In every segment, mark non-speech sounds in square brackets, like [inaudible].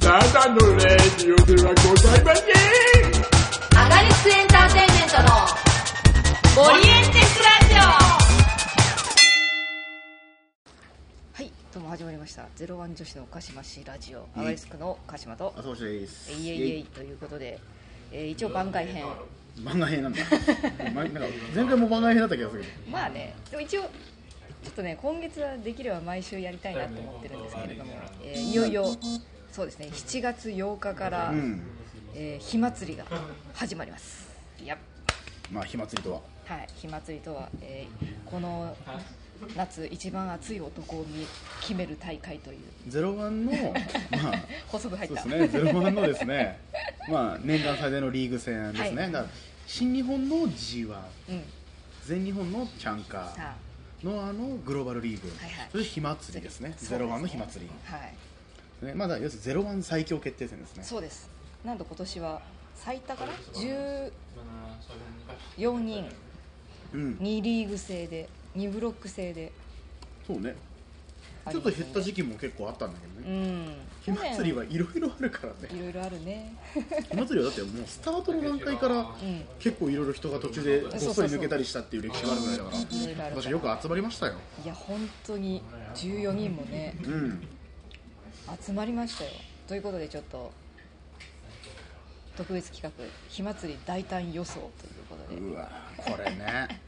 ただのレディオではございませんアガリスクエンターテインメントのオリエンテスラジはい、どうも始まりました。ゼロワン女子の鹿島市ラジオ、アワイスクの鹿島と。あそうです。いえいえいということで、えー一応番外編。番外編なんだ。まなんか前回も番外編だった気がする。まあね、でも一応。ちょっとね、今月はできれば毎週やりたいなと思ってるんですけれども、えーいよいよ。そうですね、7月8日から、うん。えー火祭りが始まります。やっまあ火祭りとは。はい、火祭りとは、えーこの夏一番熱い男を見決める大会というゼロワンの [laughs] まあ。 [laughs] 補足入そっうでたすね。ゼロワンのですね。まあ年間最大のリーグ戦ですね。はいだから新日本の G1、うん全日本のチャンカさあーのあのグローバルリーグ、はいはいそして火祭りですね。ゼロワンの火祭はいり。ね、まだ要するにゼロワン最強決定戦ですね。そうですなんと今年は最多かな14人うん。 2リーグ制で2ブロック制でそうね。ちょっと減った時期も結構あったんだけどうね。ん火祭りはいろいろあるからね。去年いろいろあるね火祭りはだってもうスタートの段階からん結構いろいろ人が途中でごっそり抜けたりしたっていう歴史があるぐらいだからいろいろあるから私よく集まりましたよいや本当に14人もねうん集まりましたよということでちょっと特別企画「火祭り大胆予想」ということでこうわこれね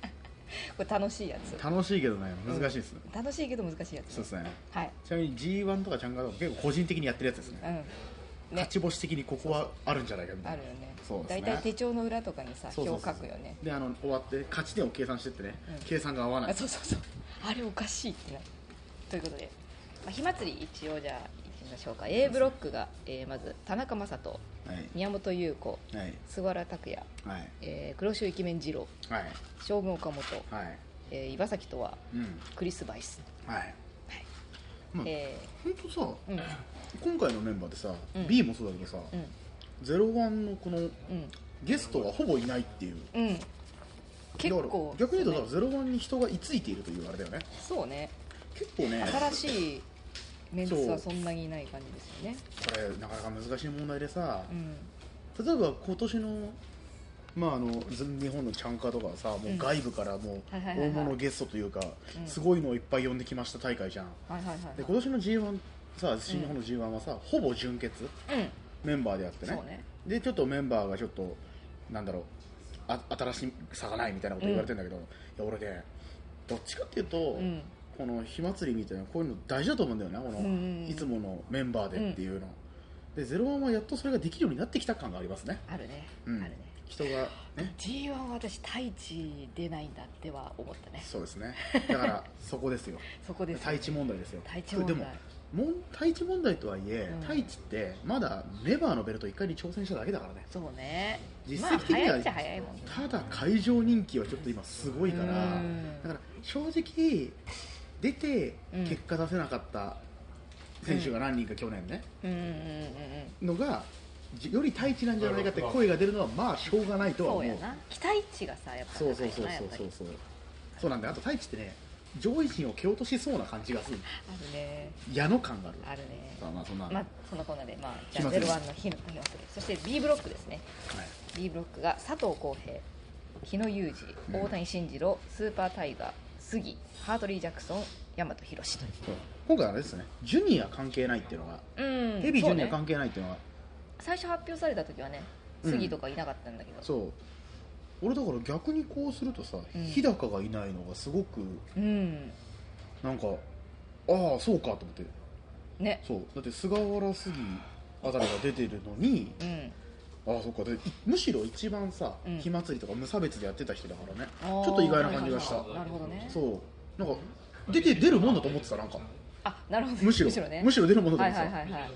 れ楽しいやつ楽しいけどね難しいですね楽しいけど難しいやつそうねですねはいちなみに G1 とかちゃんが結構個人的にやってるやつですうねんね勝ち星的にここはあるんじゃないかみたあいるなよねそうです大ね体手帳の裏とかにさそう表そ書うそうくよねであの終わって勝ち点を計算してってねうん計算が合わなあいそうそうそうあれおかしいってなということで、まあ、火祭り一応じゃあいきましょうか A ブロックが、えーまず田中将人はい宮本優子はい菅原拓也、はいえー黒潮イケメン二郎はい将軍岡本、はいえー岩崎とはうんクリス・バイス、はいはいまあえ本当さーうん今回のメンバーでさうん B もそうだけどさうんゼロワンのこのうんゲストがほぼいないっていううん結だ構から逆に言うねとだからゼロワンに人が居ついているというあれだよねそうね結構ね新しいメンツはそんなにいない感じですよねこれなかなか難しい問題でさうん例えば今年のまああのず日本のチャンカーとかはさもう外部からもうはいはいはいはい大物ゲストというかうんすごいのをいっぱい呼んできました大会じゃんはいはいはいで今年の G1 さ新日本の G1 はさほぼ純潔うんメンバーでやってねそうねでちょっとメンバーがちょっとなんだろうあ新しさがないみたいなこと言われてんだけど、いや俺ねどっちかっていうと、うんこの火祭りみたいなこういうの大事だと思うんだよなこの、うんうんうんいつものメンバーでっていうの、でゼロワンはやっとそれができるようになってきた感がありますね、あるね、うんあるね人がね G1 は私太一出ないんだっては思ったねそうですねだからそ [laughs] こですよそこです、太一問題ですよ太一問題でももん太一問題とはいえ、うん太一ってまだメバーのベルト1回に挑戦しただけだからねそうね実績的にはまあ、早いっちゃ早いもんねただ会場人気はちょっと今すごいからうんだから正直出てうん結果出せなかった選手が何人か去年ねうんうんうんのがじより太一なんじゃないかって声が出るのはまあしょうがないとうんそは思ううやな期待値がさやっぱそう高そういそようなやっぱそうりそうそうなんだよあと太一ってね上位陣を蹴落としそうな感じがするあるね矢の感があるあるねさあまあそんな、まはあい、そのコーナーでまあじゃあ火祭り01の日の日の祭りそして B ブロックですね B ブロックが佐藤浩平日野裕二うん大谷慎二郎スーパータイガー杉ハートリー・ジャクソン大和宏史といそう今回あれですねジュニア関係ないっていうのがう、うん、ヘビージそュうニねア関係ないっていうのが最初発表された時はねうん杉とかいなかったんだけど、そう俺だから逆にこうするとさ、うん日高がいないのがすごくうんなんかああそうかと思ってねそうだって菅原杉あたりが出てるのにうんああそっかでむしろ一番さ、うん火祭りとか無差別でやってた人だからねあーちょっと意外な感じがした、なるほどねそうなんか出て出るもんだと思ってたなんかあなるほどむしろねむしろ出るもんだとは思いってた、はいはいはい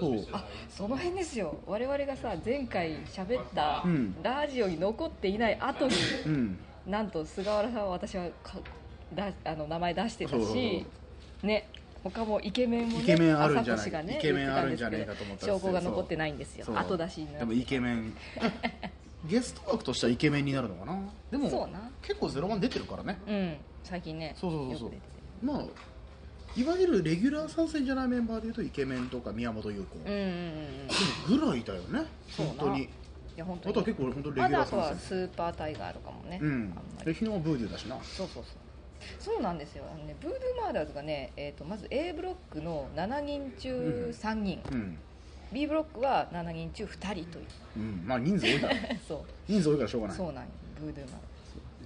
そうあその辺ですよ我々がさ前回喋ったうんラジオに残っていない後に、うんなんと菅原さんは私はかだあの名前出してたそうそうしね他もイケメンもねイケメンあるんじゃない朝越がねイケメンあるんじゃねえかと思ったんですけど証拠が残ってないんですよそう後出しになでもイケ [laughs] メンゲスト枠としてはイケメンになるのかなでもそうな結構ゼロワン出てるからねうん最近ねそうそうそうそうよく出ててまあいわゆるレギュラー参戦じゃないメンバーでいうとイケメンとか宮本優子、うんうんうんでもぐらいだよねそうな本当にいや本あと当はに結構本当レギュまだラあーとは参戦スーパータイガーとかもね、うんあんまでり昨日ブーデューだしなそうそうそうそうなんですよあの、ね、ブードゥーマーダーズがね、えー、とまず A ブロックの7人中3人、うん、 B ブロックは7人中2人という [laughs] うん、まあ人数多いからそ人数多いからしょうがうないそうなんよブードゥーマー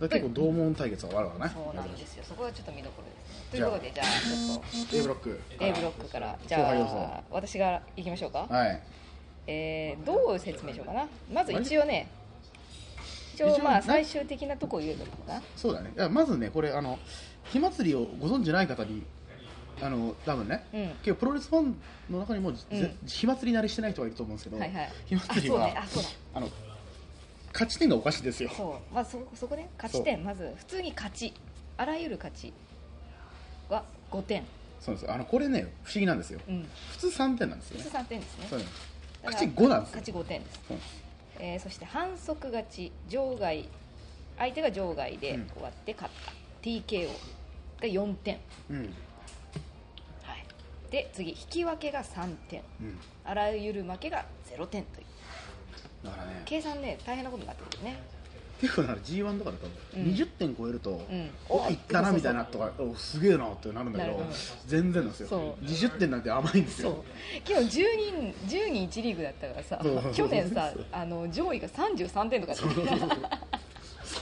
だから結構同門対決があるからダーねズそうなんですよそこがちょっと見どころですねといじうゃあことでじゃあちょっと A ブロック A ブロックからじ後ゃ輩予あ想私が行きましょうか、はいえーどう説明しようかなまず一応ね一一応応まあね最終的なとこを言うのかなそうだねいやまずねこれあの火祭りをご存じない方にあの多分ね、うん結構プロレスファンの中にも、ぜうん火祭り慣れしてない人がいると思うんですけど、はいはい火祭りはあそうねあそうだあの勝ち点がおかしいですよそうまあそそこね勝ち点まず普通に勝ちあらゆる勝ちは5点そうなんですよあのこれね不思議なんですよ、うん普通3点なんですよ普ね通3点ですねそうなんですだから勝ち5なんですよ勝ち5点です、そうなんでえーそして反則勝ち場外相手が場外でうん終わって勝った、TKO が4点、すうんはい、で次引き分けが3点うんあらゆる負けが0点というだからね計算ね大変なことになってくるね結構だから G1 とかだと、うん20点超えると、んおいったなみたいなとかおすげえなってなるんだけどなるうん全然なんですよそう20点なんて甘いんですそうよ今日10人10人1リーグだったからさそう去年さあの上位が33点とかだった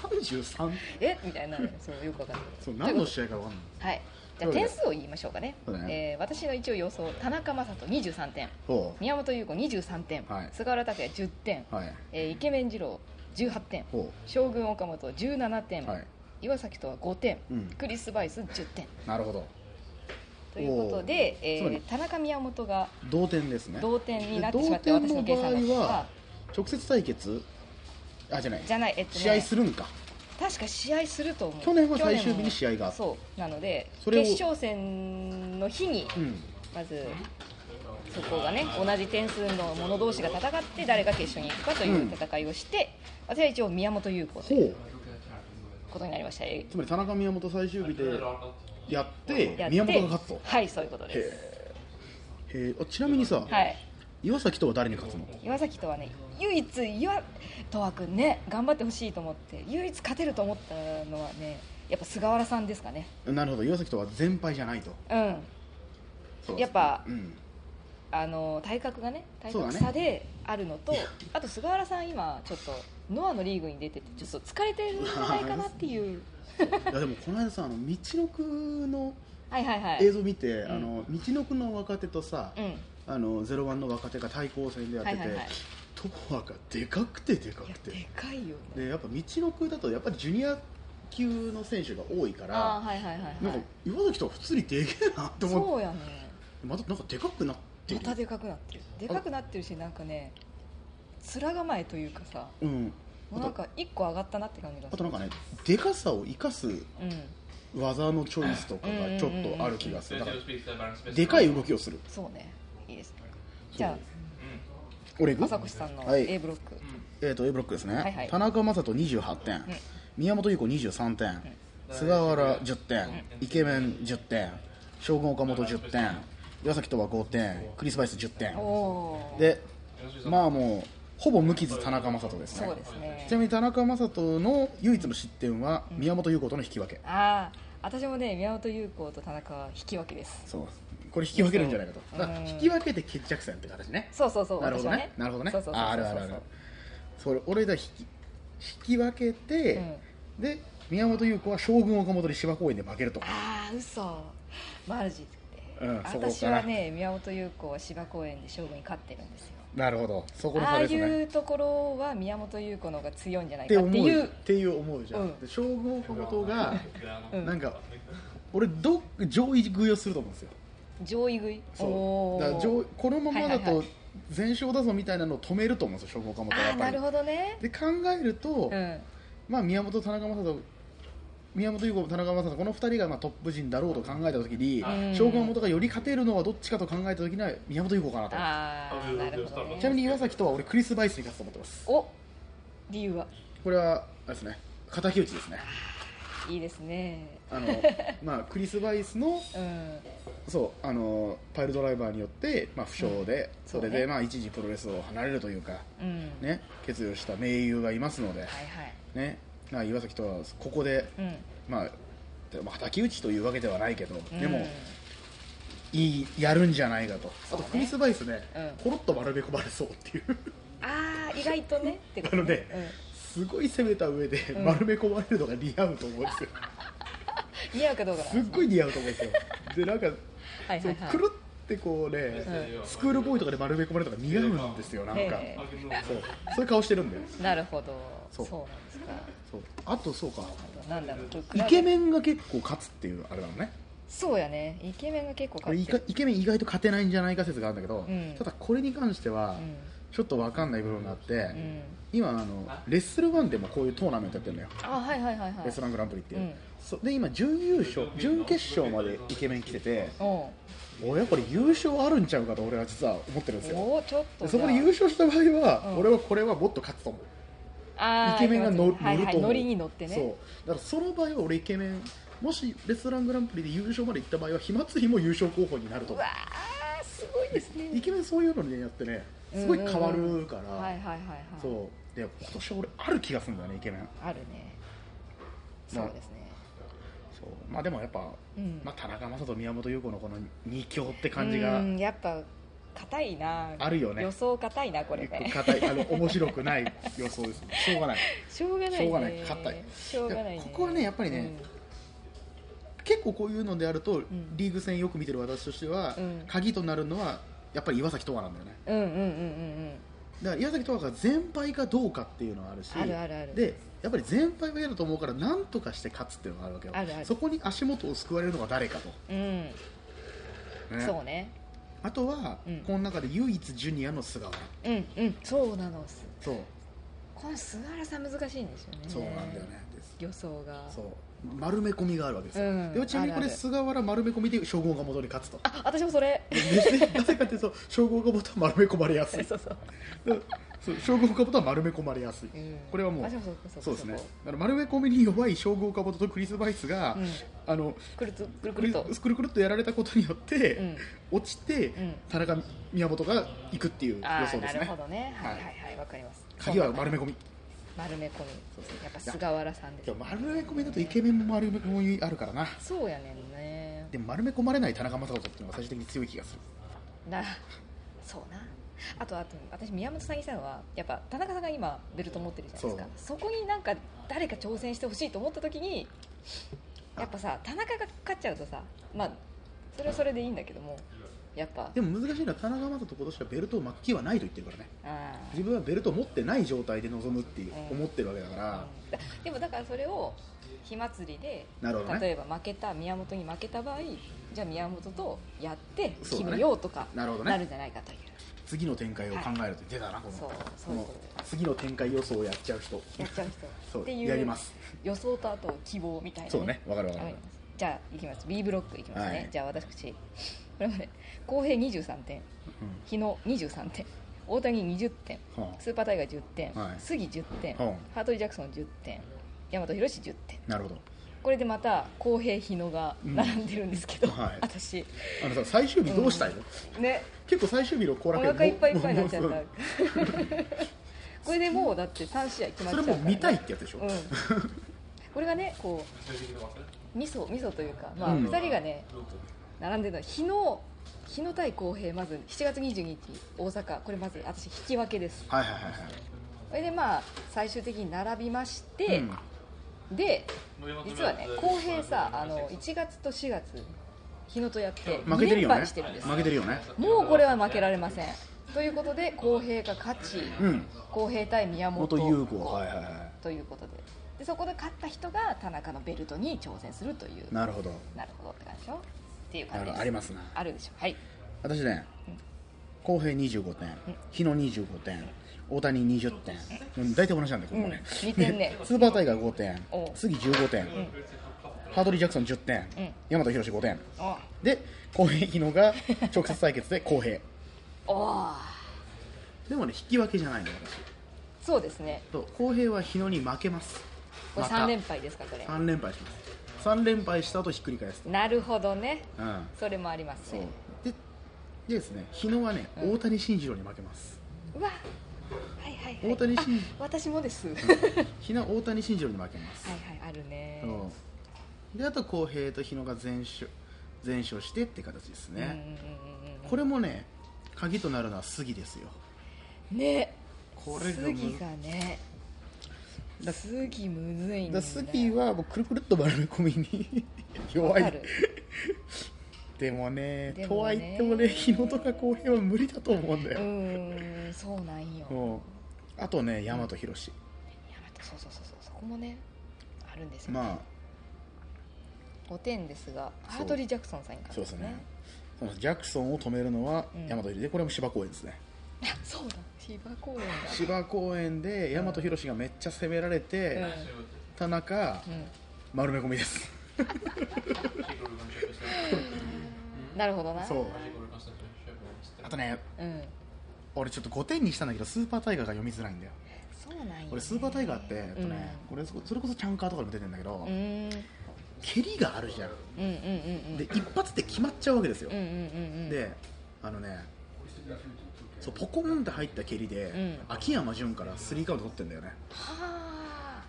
33えみたいなそうよくわかんないそう何の試合か分かんないはいじゃあ点数を言いましょうかねそうだねえー私の一応予想田中将人23点ほ宮本優子23点、はい菅原拓也10点、うはいえーイケメン二郎18点ほ将軍岡本17点、うはい岩崎とは5点、うんクリス・バイス10点なるほどということで、えつまりー田中宮本が同点ですね同点になってでしまって同私点のの計場合算がは直接対決あじゃないじゃない、えっとね、試合するんか確か試合すると思う去年は最終日に試合があったそうなのでそれを決勝戦の日にうんまずそこがね同じ点数の者同士が戦って誰が決勝に行くかという戦いをして、私は一応宮本優子とほいううことになりましたえつまり田中宮本最終日でやってやって宮本が勝つとはいそういうことですへえへえあちなみにさ、はい岩崎とは誰に勝つの岩崎とはね唯一岩とはくんね頑張ってほしいと思って唯一勝てると思ったのはねやっぱ菅原さんですかねなるほど岩崎とは全敗じゃないとうんそうやっぱうんあの体格がね体そうだ格ね差であるの [laughs] と、あと菅原さん今ちょっとノアのリーグに出ててちょっと疲れてるんじゃないかなっていう [laughs] いやでもこの間さあの道のくのはいはいはい映像見て、んあの道のくの若手とさ、うんあのゼロワンの若手が対抗戦でやってて、はいはいはいトコアがでかくてでかいやくでてかいよねでやっぱ道のくだとやっぱジュニア級の選手が多いかああらはいはいはいなはんかい岩崎とは普通にでけえなって思っそうやねてまたなんかでかくなってまる、たでかくなってるでかくなってるしなんかね面構えというかさうん、もあうなんとか一個上がったなって感じがあすとるなんかねでかさを生かすうん技のチョイスとかがちょっとある気がするだからでかい動きをするそうねいいですねじゃ俺あ行く朝越さんのはい A ブロック、えー、と A ブロックですね、いはい田中将人28点、宮本優子23点、菅原10点、イケメン10点将軍岡本10点岩崎とは5点クリス・バイス10点おおでまあもうほぼ無傷田中将人ですねそうですねちなみに田中将人の唯一の失点は宮本優子との引き分け、ああ私もね宮本優子と田中は引き分けですそうこれ引き分けるんじゃないかとそうだからうん引き分けて決着戦って形ねそうそうそうなるほど私はねなるほどねそうそうそうそうああるあるあるそれ俺だ引き引き分けて、で宮本優子は将軍岡本に芝公園で負けるとああ嘘マジで、うんそこかな私はね宮本優子は芝公園で勝負に勝ってるんですよなるほどそこのあ差あですねいうところは宮本優子の方が強いんじゃなっいてかって思ういうっていう思うじゃん、うんで将軍岡本がうんなんか俺ど上位食いをすると思うんですよ上位食いそおうーだから上このままだはいはいとはい全勝だぞみたいなのを止めると思うんですよ将軍岡本はあやあっぱなりるほどねで考えると、うんまあ、宮本、田中将人宮本優子、田中将人この2人がまあトップ陣だろうと考えたときに、うん将軍本がより勝てるのはどっちかと考えたときには宮本優子かなと、ああなるほどちなみねに岩崎とは俺、クリス・バイスに勝つと思ってます、お理由はこれはあれですね、敵討ちですね、いいですねあ [laughs] のまあクリス・バイスのうんそうあのパイルドライバーによって、まあ、負傷で、そそうねれで、まあ、一時プロレスを離れるというか、うんね、決意をした盟友がいますので、はいはいね、まあ岩崎とはここで、うんまあ、でまあ敵討ちというわけではないけど、でうもんいいやるんじゃないかとあうとねクリス・バイスね、うんコロッと丸め込まれそうっ [laughs] ていう。ああ意外とねってこなとのねで、すごい攻めた上で丸め込まれるのが似合うと思うん [laughs] ですよ、うん似合うかどうかだすっごい似合うと思うんですよでなんか、はいはいそはいうくるってこうね、スクールボーイとかで丸め込まれるのが似合うんですよなんか、えそうそういう顔してるんだよなるほどそそううなんですかそうあとそうかあとなんだろうこれイケメンが結構勝つっていうあれなのねそうやねイケメンが結構こ勝れっイてるカイケメン意外と勝てないんじゃないか説があるんだけど、うんただこれに関してはうんちょっと分かんない部分があって、うん今あのレッスルワンでもこういうトーナメントやってるのよあはいはいはいはレストいラングランプリっていう、うんそで今準優勝準決勝までイケメン来てておう俺はこれ優勝あるんちゃうかと俺は実は思ってるんですよおうちょっとでじそゃあこで優勝した場合は、うん俺はこれはもっと勝つと思うあーイケメンが乗るはいは乗るいと思う乗りに乗ってねそうだからその場合は俺イケメンもしレストラングランプリで優勝まで行った場合は飛沫妃も優勝候補になるとう思わーうすごいですねイケメンそういうのにやってねすごい変わるから、はいはいはいはいそうで今年は俺ある気がするんだよねイケメンあるねそうですねそうまあでもやっぱ、うんまあ、田中将大宮本優子のこの二強って感じがうんやっぱ硬いなあるよね予想硬いなこれね硬いあの面白くない予想です [laughs] しょうがないしょうがないねしょうがない硬いしょうがないねここはねやっぱりね結構こういうのであると、んリーグ戦よく見てる私としては、うん鍵となるのはやっぱり岩崎斗亜なんだよねうんうんうんうんうんだから岩崎斗亜が全敗かどうかっていうのはあるしあるあるあるでやっぱり全敗は嫌だと思うから何とかして勝つっていうのがあるわけよあるあるそこに足元を救われるのが誰かと、うんねそうねあとは、うんこの中で唯一ジュニアの菅原うんうんそうなのすそうこの菅原さん難しいんですよねそうなんだよね、です予想がそう丸め込みがあるわけですよ、うんでちなみにこあるあれる菅原丸め込みで称号が元に勝つとあ私もそれなぜかというと称号が元は丸め込まれやすいそうそうそう称号が元は丸め込まれやすい、うん [laughs] これはもうあそうそうそうそうですねそうだから丸め込みに弱い称号か元とクリス・バイスが、うんあのくるつくるくクリるスとくるくるっとやられたことによって、うん落ちて、ん田中宮本が行くっていう予あ想ーでなするねほどねはいははいいはいわかります鍵は丸め込み丸め込そうそうみやっぱ菅原さんですでも丸め込みだとイケメンも丸め込みあるからなそうやねんねでも丸め込まれない田中将大っていうのは最終的に強い気がするな [laughs] そうなあとあと私宮本さんにしたのはやっぱ田中さんが今ベルト持ってるじゃないですかそこになんか誰か挑戦してほしいと思った時にやっぱさ田中が勝っちゃうとさまあそれはそれでいいんだけどもやっぱでも難しいのは田中将大と今年はベルトを巻く気はないと言ってるからねあー自分はベルトを持ってない状態で臨むっていう、うん思ってるわけだから、だでもだからそれを火祭りで、なるほどね例えば負けた宮本に負けた場合じゃあ宮本とやってそう決だねめようとかなるほどねなるんじゃないかという次の展開を考えるって出たな、このそうそうこの次の展開予想をやっちゃう人やっちゃうそ人うっていうやります予想とあと希望みたいな、そうねわかるわかるわりますじゃあいきます B ブロックいきますね、はいじゃあ私これまで公平23点日野23点大谷20点はあスーパータイガー10点、はい杉10点、はハートリー・ジャクソン10点大和宏10点なるほどこれでまた公平日野が並んでるんですけど、うんはい私あのさ最終日どうしたいの、ね結構最終日の後お楽園腹いっぱいいっぱいになっちゃっもたう [laughs] これでもうだって3試合決まっ [laughs] ちゃそれうから、も見たいってやつでしょ、うん、これがねこう味噌味噌というか、まあ、うん2人がね、並んでるのは日野日野対公平まず7月22日大阪これまず私引き分けですはいはいはいはいそれでまあ最終的に並びまして、うんで実はね公平さあの1月と4月日野とやって負けて2連るよね敗してるんです負けてるよねもうこれは負けられませんということで公平が勝ち、うん公平対宮元本優子はいはいはということででそこで勝った人が田中のベルトに挑戦するといういなるほどなるほどって感じでしょっていう感じあですのありますなあるでしょはい私ね浩平25点日野25点大谷20点うん大体同じなんだよここねうん似てんねスーパータイガー5点おう次15点ハードリー・ジャクソン10点ん大和宏5点おで浩平日野が直接対決で浩平おーでもね引き分けじゃないの私そうですねそう浩平は日野に負けますこれまた3連敗ですかこれ3連敗します3連敗した後ひっくり返すとなるほどねうんそれもありますそうねででですね日野はね、うん大谷慎二郎に負 [laughs] けますうわはいはいはい大谷慎あ私もですはい日野大谷慎二郎に負けます、はいあるねそうであと浩平と日野が全勝全勝してって形ですうんうんね、うんうんこれもね鍵となるのは杉ですよねこれがむ杉がねだ杉むずいんだだよね杉はもうくるくるっと丸め込みに [laughs] 弱わかいるでもねでもねとはいってもね日野とか浩平は無理だと思うんだうよ、ーんそうなんようんあとね大和広志、いやまたそうそうそうそうそこもねあるんですよ、まお点ですがそうハートリー・ジャクソンさんからあそうですねそのジャクソンを止めるのはうん大和広志でこれも芝公園ですねあそうだ千葉公園だ芝公園で大和広志がめっちゃ攻められて、田中うん、丸め込みですうん、なるほどな [laughs] そうあとねうん、俺ちょっと5点にしたんだけどスーパータイガーが読みづらいんだよそうなんよね、俺スーパータイガーって、えっとねうんこれそそれこそチャンカーとかでも出てんだけど、うーん蹴りがあるじゃん、うんうんうんうんで一発で決まっちゃうわけですよ、うんうんうんうんであのねそうポコンって入った蹴りで、うん秋山潤からスリーカウント取ってんだよねは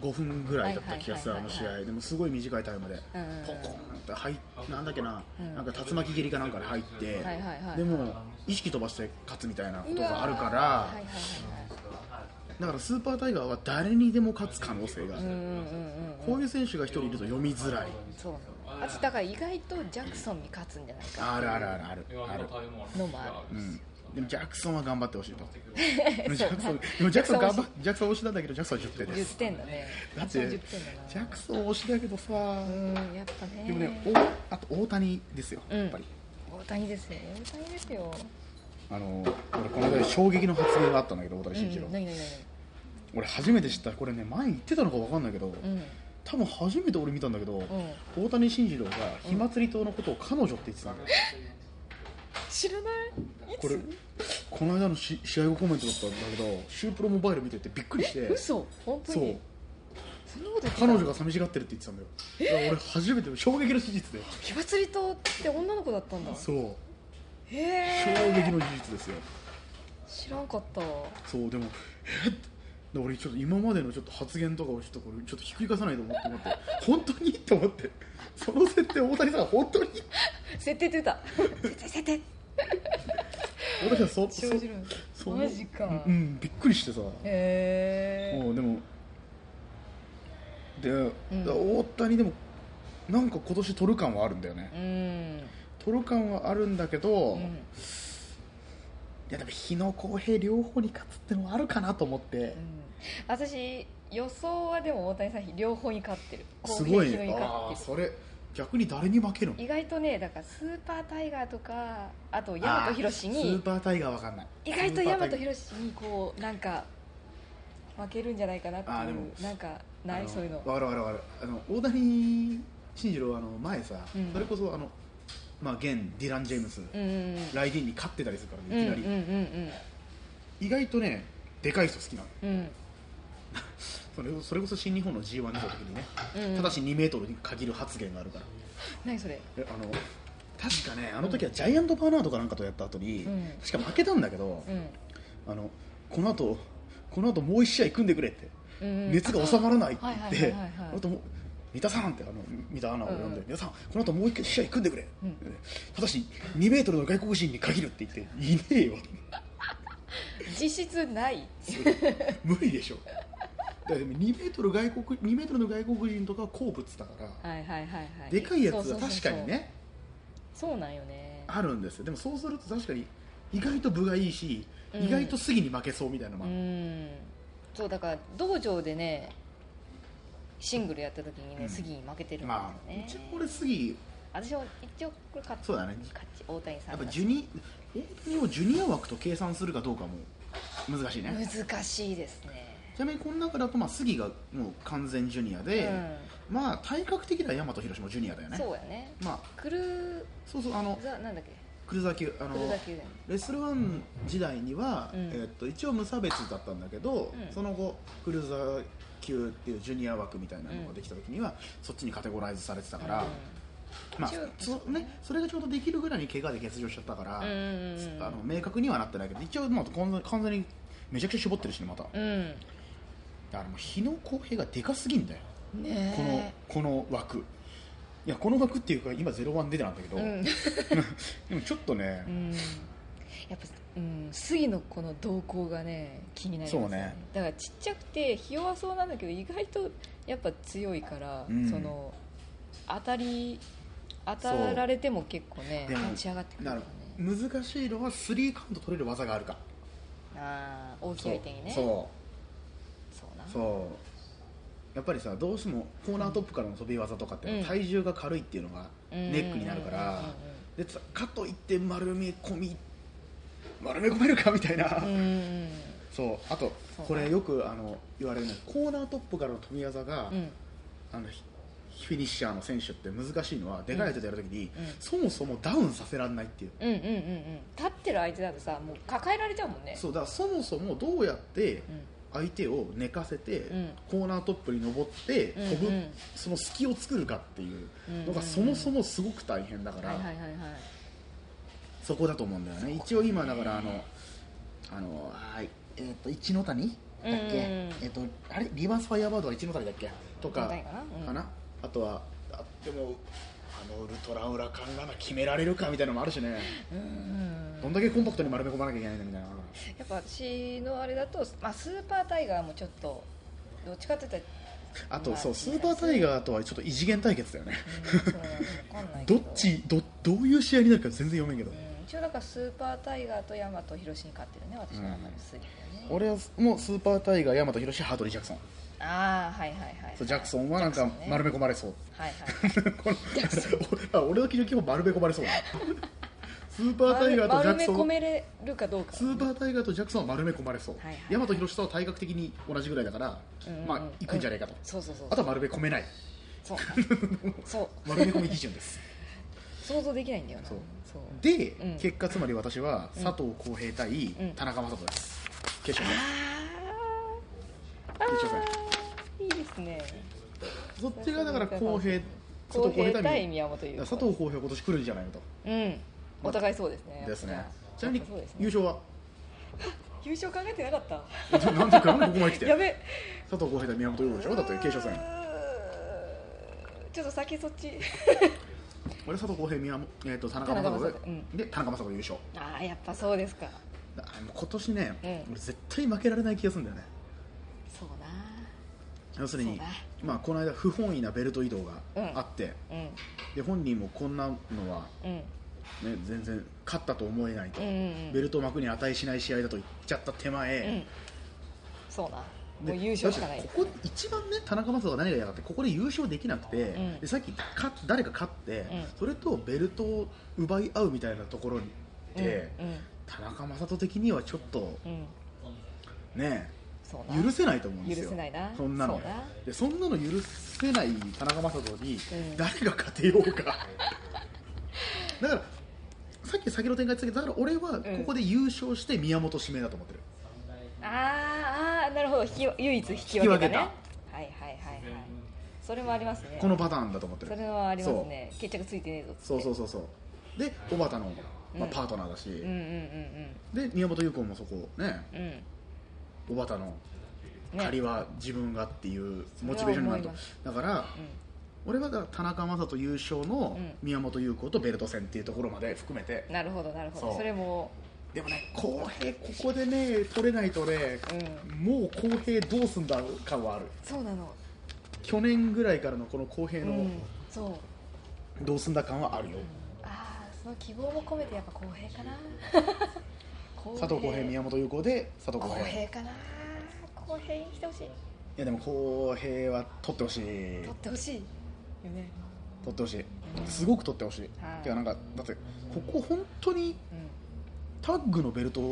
5分ぐらいだった気がするはあいはいのはいはい試合でもすごい短いタイムで、あうんポコンって入っなんだっけな,、うんなんか竜巻蹴りかなんかで入って、はいはいはいでも意識飛ばして勝つみたいなこうとわーがあるから、はいはいはいだからスーパータイガーは誰にでも勝つ可能性がある、はいうんうんうんうんこういう選手が一人いると読みづらいそうなの私だから意外とジャクソンに勝つんじゃないかあるあるあるあるある、のもあうるん、でもジャクソンは頑張ってほしいとジャクソンでもジャクソン頑張っジャクソン推しなんだけどジャクソンは10点で10す点だねだってジャクジソン10点だなャクソン推しだけどさ、うんやっぱねでもねおあと大谷ですようんやっぱり、大谷ですよ大谷ですよあの俺この間衝撃の発言があったんだけど大谷慎一郎、うん何何何俺初めて知ったこれね前に言ってたのか分かんないけど、うん多分初めて俺見たんだけど、ん大谷慎二郎が火祭り党のことを彼女って言ってたんだよ、知らないいこれつこの間のし試合後コメントだったんだけどシュープロモバイル見ててびっくりして嘘本当そうにそんなこと言ってた彼女が寂しがってるって言ってたんだよだから俺初めて衝撃の事実で火祭り党って女の子だったんだそうへ衝え撃の事実ですよ知らんかったそうでもえっ [laughs] で俺ちょっと今までのちょっと発言とかをちょっとこれちょっとひっくり返さないと思って思って本当にと思ってその設定大谷さん本当に設定って言った設定設定俺はそそ生じるそうマジかうんうんびっくりしてさもへえうでもで、ん大谷でもなんか今年取る感はあるんだよねうん取る感はあるんだけど、ういんやでも日野公平両方に勝つってのはあるかなと思ってう、ん私予想はでも大谷さん両方に勝ってるすごい公平にね勝あっあてるそれ逆に誰に負けるの意外とねだからスーパータイガーとかあと大和広志あースーにパータイガーわかんない意外と大和スーパータイガー広志にこうなんか負けるんじゃないかなっていあーでもうなんかなあいそういうのわかるわかるわかるあの大谷慎二郎はあの前さ、うんそれこそあのまあ現ディラン・ジェームス、うんうんライディーンに勝ってたりするかうらんうねいんきなり、意外とねでかい人好きなのうんうんそれそれこそ新日本の g 1出た時にね、うんただし2メートルに限る発言があるから何それえあの確かねあの時はジャイアント・バーナードかなんかとやった後に、うん確か負けたんだけど、うんあのこの後この後もう1試合組んでくれって、うん熱が収まらないって言っはいてはいはいはいはいあともう三田さんってあの三田アナを呼んうで、ん皆さんこの後もう1試合組んでくれ、うんただし2メートルの外国人に限るって言っていね [laughs] えよ実質ない無理でしょだからでも2メートル外国2メートルの外国人とかは好物だから、はいはいはいはいでかいやつそはうそうそう確そかうにねそうなんよねあるんですよでもそうすると確かに意外と分がいいし、うん意外と杉に負けそうみたいなのもうある、んそうだから道場でねシングルやった時にね、うん杉に負けてるんまであすよ一ね応俺杉私も一応これ勝ちそうだね勝ち大谷さんやっがぱジュニ大谷をジュニア枠と計算するかどうかも難しいね難しいですねちなみにこの中だとまあ杉がもう完全ジュニアで、まあ体格的には大和広志もジュニアだようん、ねそうやねまあクルーそうそうあのザなんだっけクルザ級あのクルザ級だよねレッスルワン時代には、うんえーっと一応無差別だったんだけど、うんその後クルーザー級っていうジュニア枠みたいなのができた時には、そっちにカテゴライズされてたから、まあ一応そね、それがちょうどできるぐらいに怪我で欠場しちゃったから、うんうんうんあの明確にはなってないけど一応もう完全完全にめちゃくちゃ絞ってるしねまた、だかうんらもう日野公平がでかすぎんだよねこのえこの枠いやこの枠っていうか今ゼロワン出てなんだけど、うん [laughs] でもちょっとね、うんやっぱ、うん、杉のこの動向がね気になりますよそうねだからちっちゃくてひ弱そうなんだけど意外とやっぱ強いから、うんその当たり当たられても結構ねでも立ち上がってくるだかかららね難しいのはスリーカウント取れる技があるかああ大きい相手にねそそうなうそうやっぱりさどうしてもコーナートップからの飛び技とかって、うん体重が軽いっていうのがうんネックになるからうんうんうんでつかといって丸め込み丸め込めるかみたいな、うんうんそうあとそうこれよくあの言われるのがコーナートップからの飛び技が、うんあのひフィニッシャーの選手って難しいのはでかい相手とやるときに、うんそもそもダウンさせられないっていううんうんうんうん立ってる相手だとさもう抱えられちゃうもんねそうだからそもそもどうやってうん相手を寝かせて、うんコーナートップに登ってうんうん飛ぶ、その隙を作るかっていうのがうんそもそもすごく大変だから、はいはいはいはいそこだと思うんだよね一応今だからあのあのはいえっ、と一ノ谷だっけ、うんうんうんえっ、とあれリバースファイアーバードは一ノ谷だっけとか一ノ谷かなうんかなあとはあでもあのウルトラウラカンラナ決められるかみたいなのもあるしねうんどんだけコンパクトに丸め込まなきゃいけないんだみたいなやっぱ私のあれだと、まあ、スーパータイガーもちょっとどっちかって言ったあとそうスーパータイガーとはちょっと異次元対決だよねら、うん、そうなんですわかんないけ [laughs] どっちどどういう試合になるか全然読めんけど、うん一応だからスーパータイガーとヤマトヒロシに勝ってるね私の中のスリーはね、俺はもうスーパータイガー大和広ハートリー・ジャクソンああはいはいはいそうジャクソンはなんか丸め込まれそう、はい [laughs] このあ俺の基準基本丸め込まれそうだスーパーはタイいガーとジ丸ャクめソ込ンめれるかどうかスーパータイガーとジャクソンは丸め込まれそう、はいはい大和広とは体格的に同じぐらいだから、うんまあいくんじゃないかと、そうそうそうあとは丸め込めないそう [laughs] そう丸め込み基準です [laughs] 想像できないんだよなそうそうで、うん結果つまり私は佐藤浩平対うん田中将人です決勝あ戦ーあ一緒かいーいいですねそっちがだから浩平佐公藤浩平平対対宮本優だから佐藤浩平今年来るんじゃないのとうんお互いそうですねですねちやなっみぱにそうですね優勝は [laughs] 優勝考えてなかったなんでかなんでここまで来てやべ佐藤浩平対宮本優勝でしょだって決勝戦うーちょっと先そっち俺佐藤浩平宮本、えー、と田中田将中将人で人,、うんで田中将人優勝 [laughs] ああやっぱそうですかだあもう今年ね、うん俺絶対負けられない気がするんだよねそう要するにそうね、まあ、この間不本意なベルト移動があって、なうんで本人もこんなのは、うんね、全然勝ったと思えないと、うんうんベルトを幕に値しない試合だと言っちゃった手う前ん、そうなでもう優勝しかないだってここ一番ね田中将人が何が嫌かってここで優勝できなくて、うんでさっきか誰か勝って、んそれとベルトを奪い合うみたいなところにいて、うんうん田中将人的にはちょっとうんねそうな許せないと思うんですよ許せないなそんなそのうなでそんなの許せない田中将人にん誰が勝てようか、だからさっき先の展開つけただから俺はここで優勝して宮本指名だと思ってる、あーあーなるほど引き唯一引き分けたね引き分けたはいはいはいはいそれもありますねこのパターンだと思ってるそれはありますね決着ついてねえぞっつってそうそうそうそうそうで小畑の、まあ、うんパートナーだし、うんうんで宮本優子もそこねうんうんうん小畑のね借りは自分がっていうモチベーションになそれはると、思いますだから、俺はだから田中将人優勝のうん宮本優子とベルト戦っていうところまで含めて、なるほどなるほどそうそれもでもね公平ここでね取れないとね、うもう公平どうすんだ感はあるそうなの去年ぐらいからのこの公う平のんそうどうすんだ感はあるよ、ああその希望も込めてやっぱ公平かな公 [laughs] 佐藤公平宮本優子で佐藤公公平い平かな公平に来てほしいやでも公平は取ってほしい取ってほしいよね取ってほしいすごく取ってほしい、はいてかなんかだってここ本当にうタッグのベルトん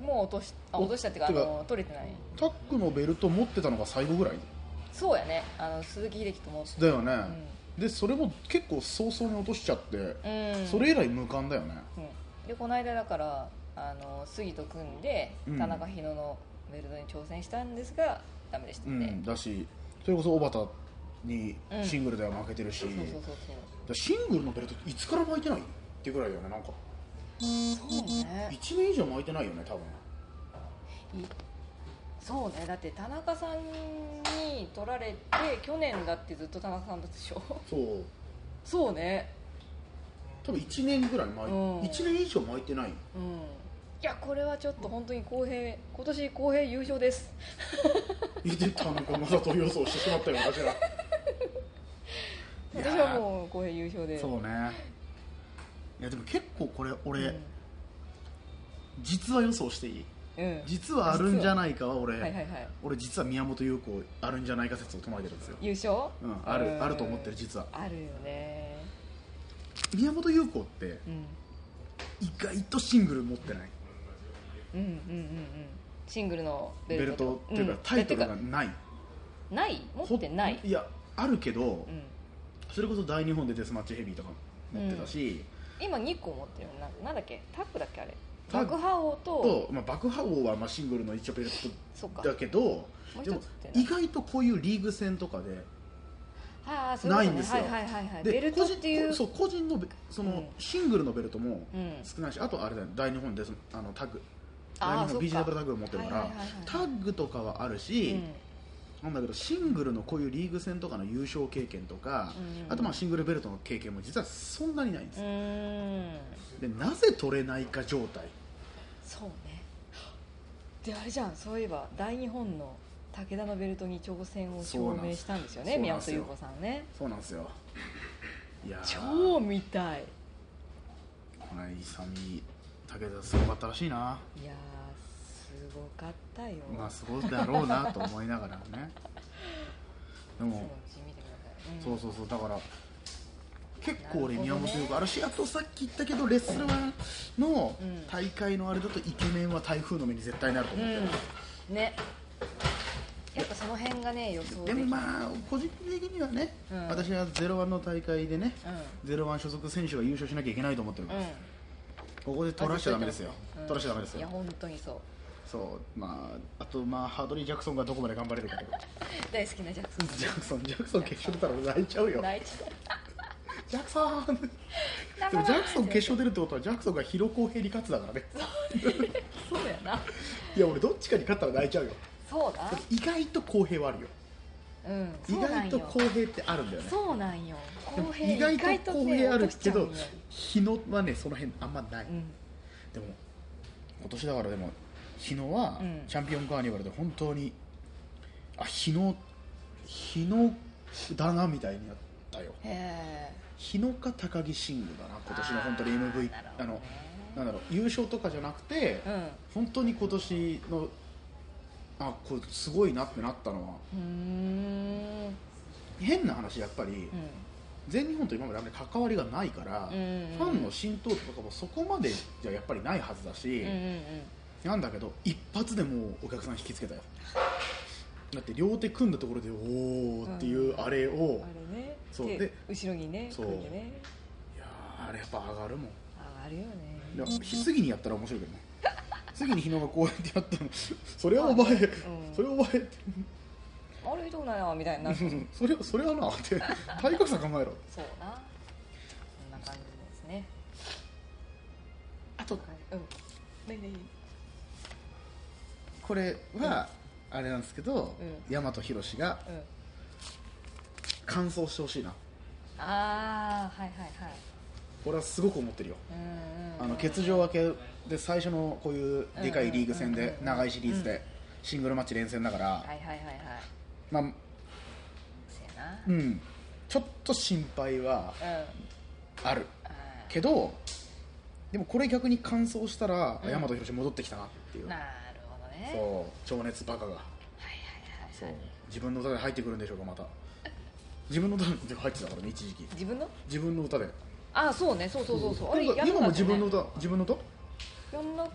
もう落としあ落としたっていうかあてかの取れてないタッグのベルト持ってたのが最後ぐらいそうやねあの鈴木秀樹ともだよね、うんでそれも結構早々に落としちゃって、うんそれ以来無冠だよねうんでこの間だからあの杉と組んでうん田中日野のメルトに挑戦したんですがダメでしたうよん、ね、だしそれこそ小畑にうんシングルでは負けてるし、そうそうそうだシングルのベルトいつから巻いてないっていうぐらいだよねなんかそうそうね1年以上巻いてないよね多分いそうねだって田中さんに取られて去年だってずっと田中さんだったでしょ [laughs] そうそうね多分1年ぐらい巻い、うん1年以上巻いてないようんいやこれはちょっと本当に公平今年公平優勝です言ってたのかまさと予想してしまったよ私ら [laughs] 私はもう公平優勝 [laughs] でそうねいやでも結構これ俺、うん実は予想していいうん実はあるんじゃないかは俺、はいはいはい俺実は宮本優子あるんじゃないか説を唱えてるんですよ、優勝うん、あるうんあると思ってる実はあるよね宮本優子ってうん意外とシングル持ってないうんうんうんうんシングルのベルトっていうか、んタイトルだがってないかない持ってないほいやあるけど、うんそれこそ大日本でデスマッチヘビーとか持ってたし、今2個持ってるよななんだっけタッグだっけあれタッグ爆破王とと、まあ、爆破王はまあシングルの一応ベルそうかトだけどもう一つでもってな意外とこういうリーグ戦とかではあそういうことねないんですはいよはいはいはいでベルトっていう個人そう個人のベその、うんシングルのベルトもうん少ないし、あとあれだよ大日本でそのあのタッグあー大日そ本っか BGW タッグを持ってるから、はいはいはいはいタッグとかはあるうし、んなんだけどシングルのこういうリーグ戦とかの優勝経験とか、うんあとまあシングルベルトの経験も実はそんなにないんですうよ、ーんでなぜ取れないか状態そうねであれじゃんそういえば大日本の武田のベルトに挑戦をそ証うなんで明すしたんですよそねうな宮んです本よ優子さんねそうなんですよいやー超見たいこの勇み武田すごかったらしいないやーすごかったよ、まあすごいだろうなと思いながらねでそのうもち見てください、うんそうそうそうだから結構俺宮本優子あるしあとさっき言ったけどレスラーのうん大会のあれだとイケメンは台風の目に絶対なると思ってる、うん、ねやっぱその辺がね予想でできもる、まあ個人的にはね、うん私はゼロワンの大会でね、うゼロワン所属選手が優勝しなきゃいけないと思ってるかうら、ん、ここで取らしちゃダメですよ、うん取らしちゃダメですいやよ、本当にそうそうまああとまあハードリー・ジャクソンがどこまで頑張れるかとか大好きなジャクソンジャクソンジャクソン決勝出たら俺泣いちゃうよ泣いちゃジャクソンうでもジャクソン決勝出るってことはジャクソンが広公平に勝つだからねそうだよないや俺どっちかに勝ったら泣いちゃうよそうだ意外と公平はあるようん意そうなん外とよ公平ってあるんだよねそうなんよでも公平意外と公平あるけ意ど外とね落としちゃ日野はねその辺あんまない、うんよでも今年だからでも日野はうんチャンピオンカーニバルで本当に、あ日野日野だなみたいになったようんへ日野か高木シングだな今年の本当に MV あーなあるほどのねなんだろう優勝とかじゃなくて、えうん本当に今年のあこれすごいなってなったのはうーん変な話やっぱり、うん全日本と今まであんまり関わりがないから、うんうんうんファンの浸透とかもそこまでじゃやっぱりないはずだし、うんうんうんなんだけど一発でもうお客さん引きつけたよだって両手組んだところでおーっていうあれを、いあれねそう手で後ろにねそう組んでねやーあれやっぱ上がるもんああるよねいや杉にやったら面白 [laughs] いけどね杉に日野がこうやってやったのそれはお前、んそれはお前ってあれいいとこないなみたい [laughs] になるうんそれそれはなって体格差考えろそうなそんな感じですねあとうん何何これはあれなんですけど、う大和宏がうん完走してほしいなああはいはいはい俺はすごく思ってるようんうんあの欠場明けで最初のこういうでかいリーグ戦うんうんでうんうん長いシリーズでシングルマッチ連戦だから、はいはいはいはいまあせやなうんちょっと心配はうんあるあけどでもこれ逆に完走したら大和宏戻ってきたなっていーう、なるほどねそう情熱バカはがいはいはいそう自分の歌で入ってくるんでしょうかまた自分の歌で入ってたからね一時期自分の自分の歌でああそうねそうそうそうそうあれ今やんなか今ったねも自分の歌自分の歌やんな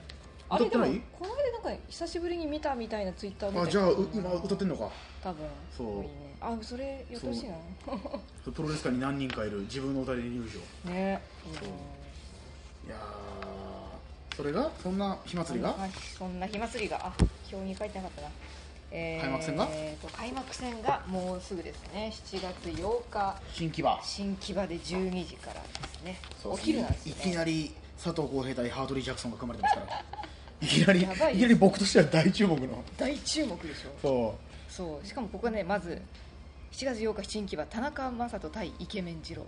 あれでも歌ってないこの間なんか久しぶりに見たみたいなツイッターあ見じゃたあう今歌ってんのか多分そういいねあそれやってほしいなプロレス界に何人かいる自分の歌で入 [laughs] ねい場いねいやーそれがそんな火祭りがあそんな火祭りがあ表に書いてなかったなえー開幕戦がえーと開幕戦がもうすぐですね7月8日新木場新木場で12時からですねそうお昼なんですいよきねなり佐藤浩平対ハートリー・ジャクソンが組まれてますからいきなり [laughs] いやばいきなり僕としては大注目の大注目でしょそそうしかもここねまず7月8日新木場田中将人対イケメン二郎う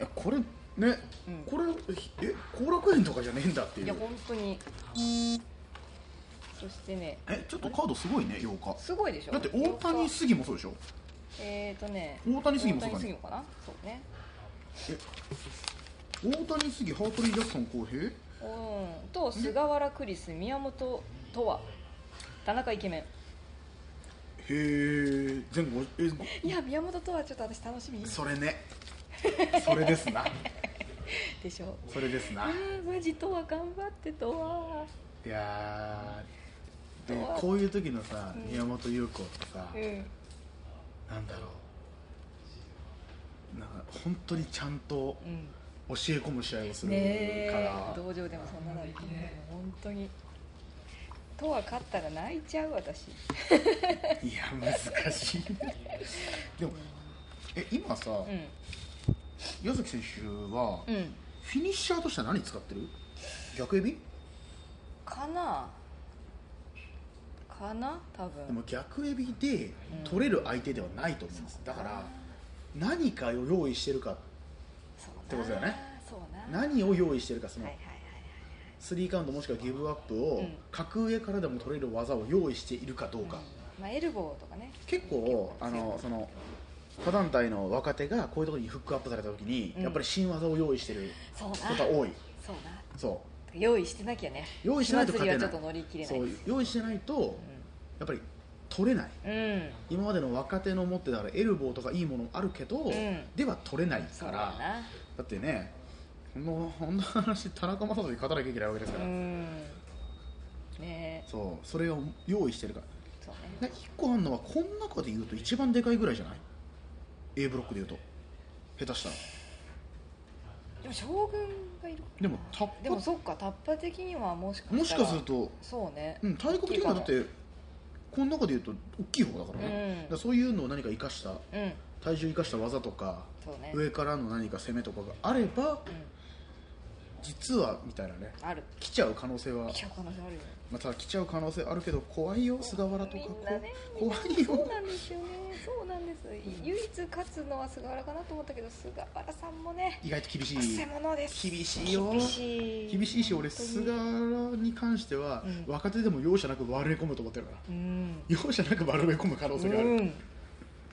いやこれね、うんこれひえ後楽園とかじゃねえんだっていいうや本当にそしてねえちょっとカードすごいね8日すごいでしょだって大谷本杉もそうでしょ当えっ、とね大谷杉も大そうだね谷かなそうね大谷杉ハートリー・ジャクソン浩平うんと菅原クリス宮本とは田中イケメへえ全部えンいや宮本とはちょっと私楽しみそれねそれですなでしょそれですなあーマジとは頑張ってとはいやーでうわこういう時のさ宮本優子ってさ、うんなんだろうなんか本当にちゃんとうん教え込む試合をするかねえら、道場でもそんなのあるけどね本当にとは勝ったら泣いちゃう私いや難しい [laughs] でもえ今さ、う岩崎選手は、んうんフィニッシャーとしては何使ってる逆エビかなかな多分でも逆エビで取れる相手ではないと思うんです、だから何かを用意してるかそうてことだよねそうなはい何を用意してるかそのはいはいスリーカウントもしくはギブアップを、うん格上からでも取れる技を用意しているかどうか、まあエルボーとかね結構あのその他団体の若手がこういうところにフックアップされた時に、うんやっぱり新技を用意してるそうなことが多いそうなそ用意してなきゃねう用意してないと火祭勝てりはちょないっと乗り切れないそう用意してないと、やっぱり取れないうん今までの若手の持ってたからエルボーとかいいものもあるけど、んでは取れないそかうだらなだってねこのこんな話田中将人に勝たなきゃいけないわけですうから、んねえそうそれを用意してるからそうねで一個あるのはこの中で言うと一番でかいぐらいじゃない A ブロックで言うと下手したらでも将軍がいるでもタッパでもそっかタッパ的にはもしかしたらもしかすると、そうねうん、大国的にはだってこの中で言うと大きい方だからね、うんだからそういうのを何か生かしたうん体重生かした技とか、そうね上からの何か攻めとかがあれば、実はみたいなねある来ちゃう可能性 [laughs] いは、や可能性あるよまあ、ただ来ちゃう可能性あるけど怖いよ菅原とかみこんなねう怖いそうよなんですよねそうなんです唯一勝つのは菅原かなと思ったけど菅原さんもね意外と [laughs] 厳しいくせ者です厳しいよ厳しい厳しいし俺本当に菅原に関しては、うん若手でも容赦なく割れ込むと思ってるからうん容赦なく丸め込む可能性がある、うん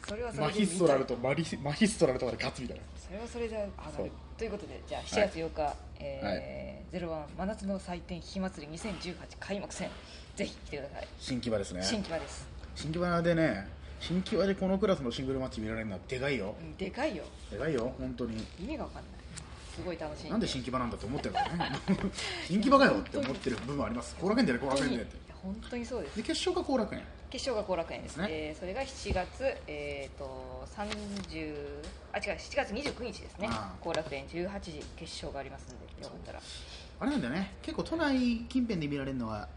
それはそれでマヒストラルとマリマヒストラルとかで勝つみたいなそれはそれで上そがうるということでじゃあ7月8日、えーゼロワン真夏の祭典火祭り2018開幕戦ぜひ来てください新木場ですね新木場です、新木場でね新木場でこのクラスのシングルマッチ見られるのはでかいようん、でかいよでかいよ本当に意味がわかんないすごい楽しいなんで新木場なんだって思ってるからね [laughs] 新木場かよって思ってる部分はあります後楽園だよね後本楽当園にだいよやって本当にそうですで決勝が後楽園決勝が後楽園ですですねね、えーそれが7月、えー、と30あ違う7月29日ですねああ後楽園18時決勝がありますのでよかったらあれなんだよね結構都内近辺で見られるのは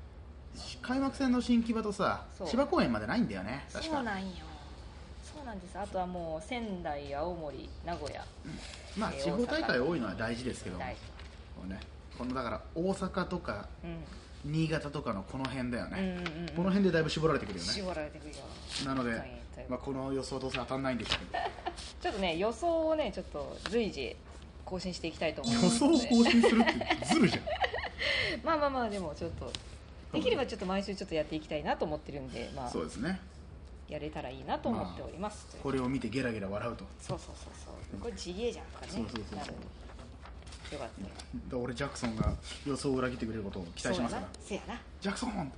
開幕戦の新木場とさそう芝公園までないんだよね確そうかなんよそうなんですあとはもう仙台青森名古屋まあえー地方大会多いのは大事ですけども大こうねこのだから大阪とかうん新潟とかのこの辺だよね、うんうんうんこの辺でだいぶ絞られてくるよね絞られてくるよなのではい、まあ、この予想どうせ当たんないんでしょうちょっとね予想をねちょっと随時更新していきたいと思けいまど予すの想をで更新するってずるじゃんまあまあまあでもちょっとできればちょっと毎週ちょっとやっていきたいなと思ってるんで [laughs] まあそうですねやれたらいいなと思っております、というこれを見てゲラゲラ笑うとそうそうそうそうこれちげえじゃんかねそうそうそうなるそようかったよだ俺ジャクソンが予想を裏切ってくれることを期待しますからそうやなジャクソン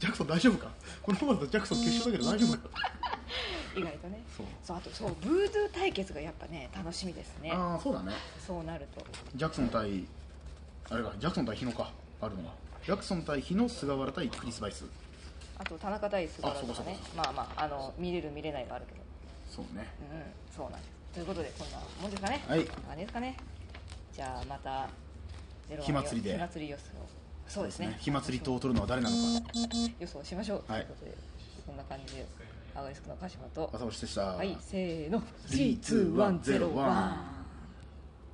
ジャクソン大丈夫かこのままだとジャクソン決勝だけど大丈夫かそうやな意外とねそうそうあとそうブードゥー対決がやっぱね楽しみですねああそうだねそうなるとジャクソン対あれかジャクソン対日野かあるのはラクソン対日の菅原対クリス・バイスあと田中対菅原とあそかうかねそまあまああの見れる見れないもあるけどそうねうんそうなんですということでこんなもんですかねはいこんな感じですかねじゃあまたゼロ火祭りで火祭り予想そうですね火祭り党を取るのは誰なのか予想しましょうとはいいうことで、こんな感じでアガリスクの鹿島と朝星でした、はいせーの3 2 1 0 1